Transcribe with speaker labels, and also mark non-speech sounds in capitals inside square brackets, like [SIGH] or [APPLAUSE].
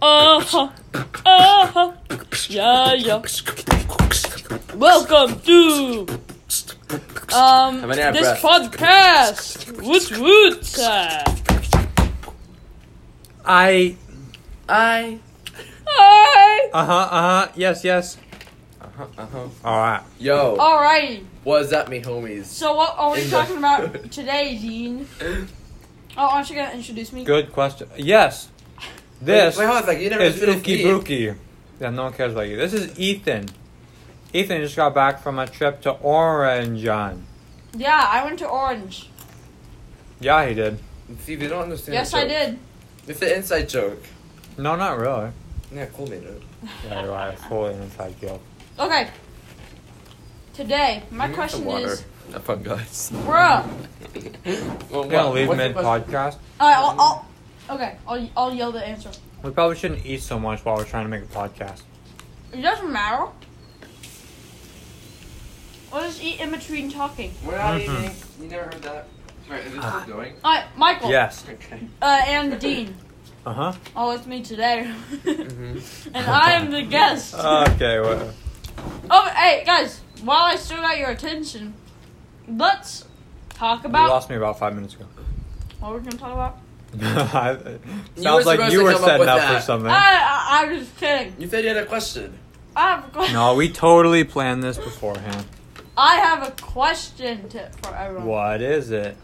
Speaker 1: Uh-huh. Uh-huh. Yeah, yeah. Welcome to um
Speaker 2: Have an air
Speaker 1: this
Speaker 2: breath.
Speaker 1: podcast. Woots woots. Uh,
Speaker 3: I.
Speaker 2: I.
Speaker 1: hi.
Speaker 3: Uh huh. Uh huh. Yes. Yes.
Speaker 2: Uh-huh, uh-huh.
Speaker 3: All right.
Speaker 1: Oh.
Speaker 2: Yo,
Speaker 1: Alrighty.
Speaker 2: what's up, me homies?
Speaker 1: So what are we
Speaker 2: English.
Speaker 1: talking about today, Dean? Oh, aren't you gonna introduce me?
Speaker 3: Good question. Yes. This
Speaker 2: Wait, wait, hold on a second. You never
Speaker 3: is
Speaker 2: introduced
Speaker 3: Ookie
Speaker 2: me.
Speaker 3: Brookie. Yeah, no one cares about you. This is Ethan. Ethan just got back from a trip to Orange. On.
Speaker 1: Yeah, I went to Orange.
Speaker 3: Yeah, he did.
Speaker 2: See, they don't understand.
Speaker 1: Yes,
Speaker 2: the
Speaker 1: I
Speaker 2: joke.
Speaker 1: did.
Speaker 2: It's an inside joke.
Speaker 3: No, not really.
Speaker 2: Yeah, cool, man.
Speaker 3: Yeah, you're right. It's totally an inside joke.
Speaker 1: Okay. Today, my question is,
Speaker 2: Have fun, guys. [LAUGHS]
Speaker 1: bruh.
Speaker 2: Well,
Speaker 3: We're gonna
Speaker 2: what-
Speaker 3: leave
Speaker 2: what's the
Speaker 3: mid
Speaker 2: question?
Speaker 3: podcast.
Speaker 1: Alright, I'll, I'll. Okay, I'll I'll yell the answer.
Speaker 3: We probably shouldn't eat so much while we're trying to make a podcast.
Speaker 1: It doesn't matter. I'll just eat in between talking.
Speaker 2: We're not
Speaker 3: Mhm.
Speaker 2: eating. You never heard that. Wait, is it
Speaker 3: Ah.
Speaker 2: still going?
Speaker 1: Alright,
Speaker 2: Oh.
Speaker 1: Michael.
Speaker 3: Yes.
Speaker 2: Okay.
Speaker 1: Uh, and Dean.
Speaker 3: Uh huh.
Speaker 1: Oh, it's me today. [LAUGHS]
Speaker 2: Mm-hmm.
Speaker 1: and I am the guest.
Speaker 3: Okay. Well,
Speaker 1: oh, hey, guys, while I still got your attention, let's talk
Speaker 3: you
Speaker 1: about.
Speaker 3: lost me about five minutes ago. [LAUGHS]
Speaker 1: What we're going to talk about?
Speaker 3: Sounds
Speaker 2: were
Speaker 3: like
Speaker 2: supposed
Speaker 3: you
Speaker 2: to
Speaker 3: were
Speaker 2: come up
Speaker 3: setting
Speaker 2: with
Speaker 3: up for
Speaker 2: that. Ah,
Speaker 3: something.
Speaker 1: I, I, I'm just kidding.
Speaker 2: You said you had a question.
Speaker 1: I have a question. [LAUGHS]
Speaker 3: No, we totally planned this beforehand.
Speaker 1: I have a question to, for everyone.
Speaker 3: What is it?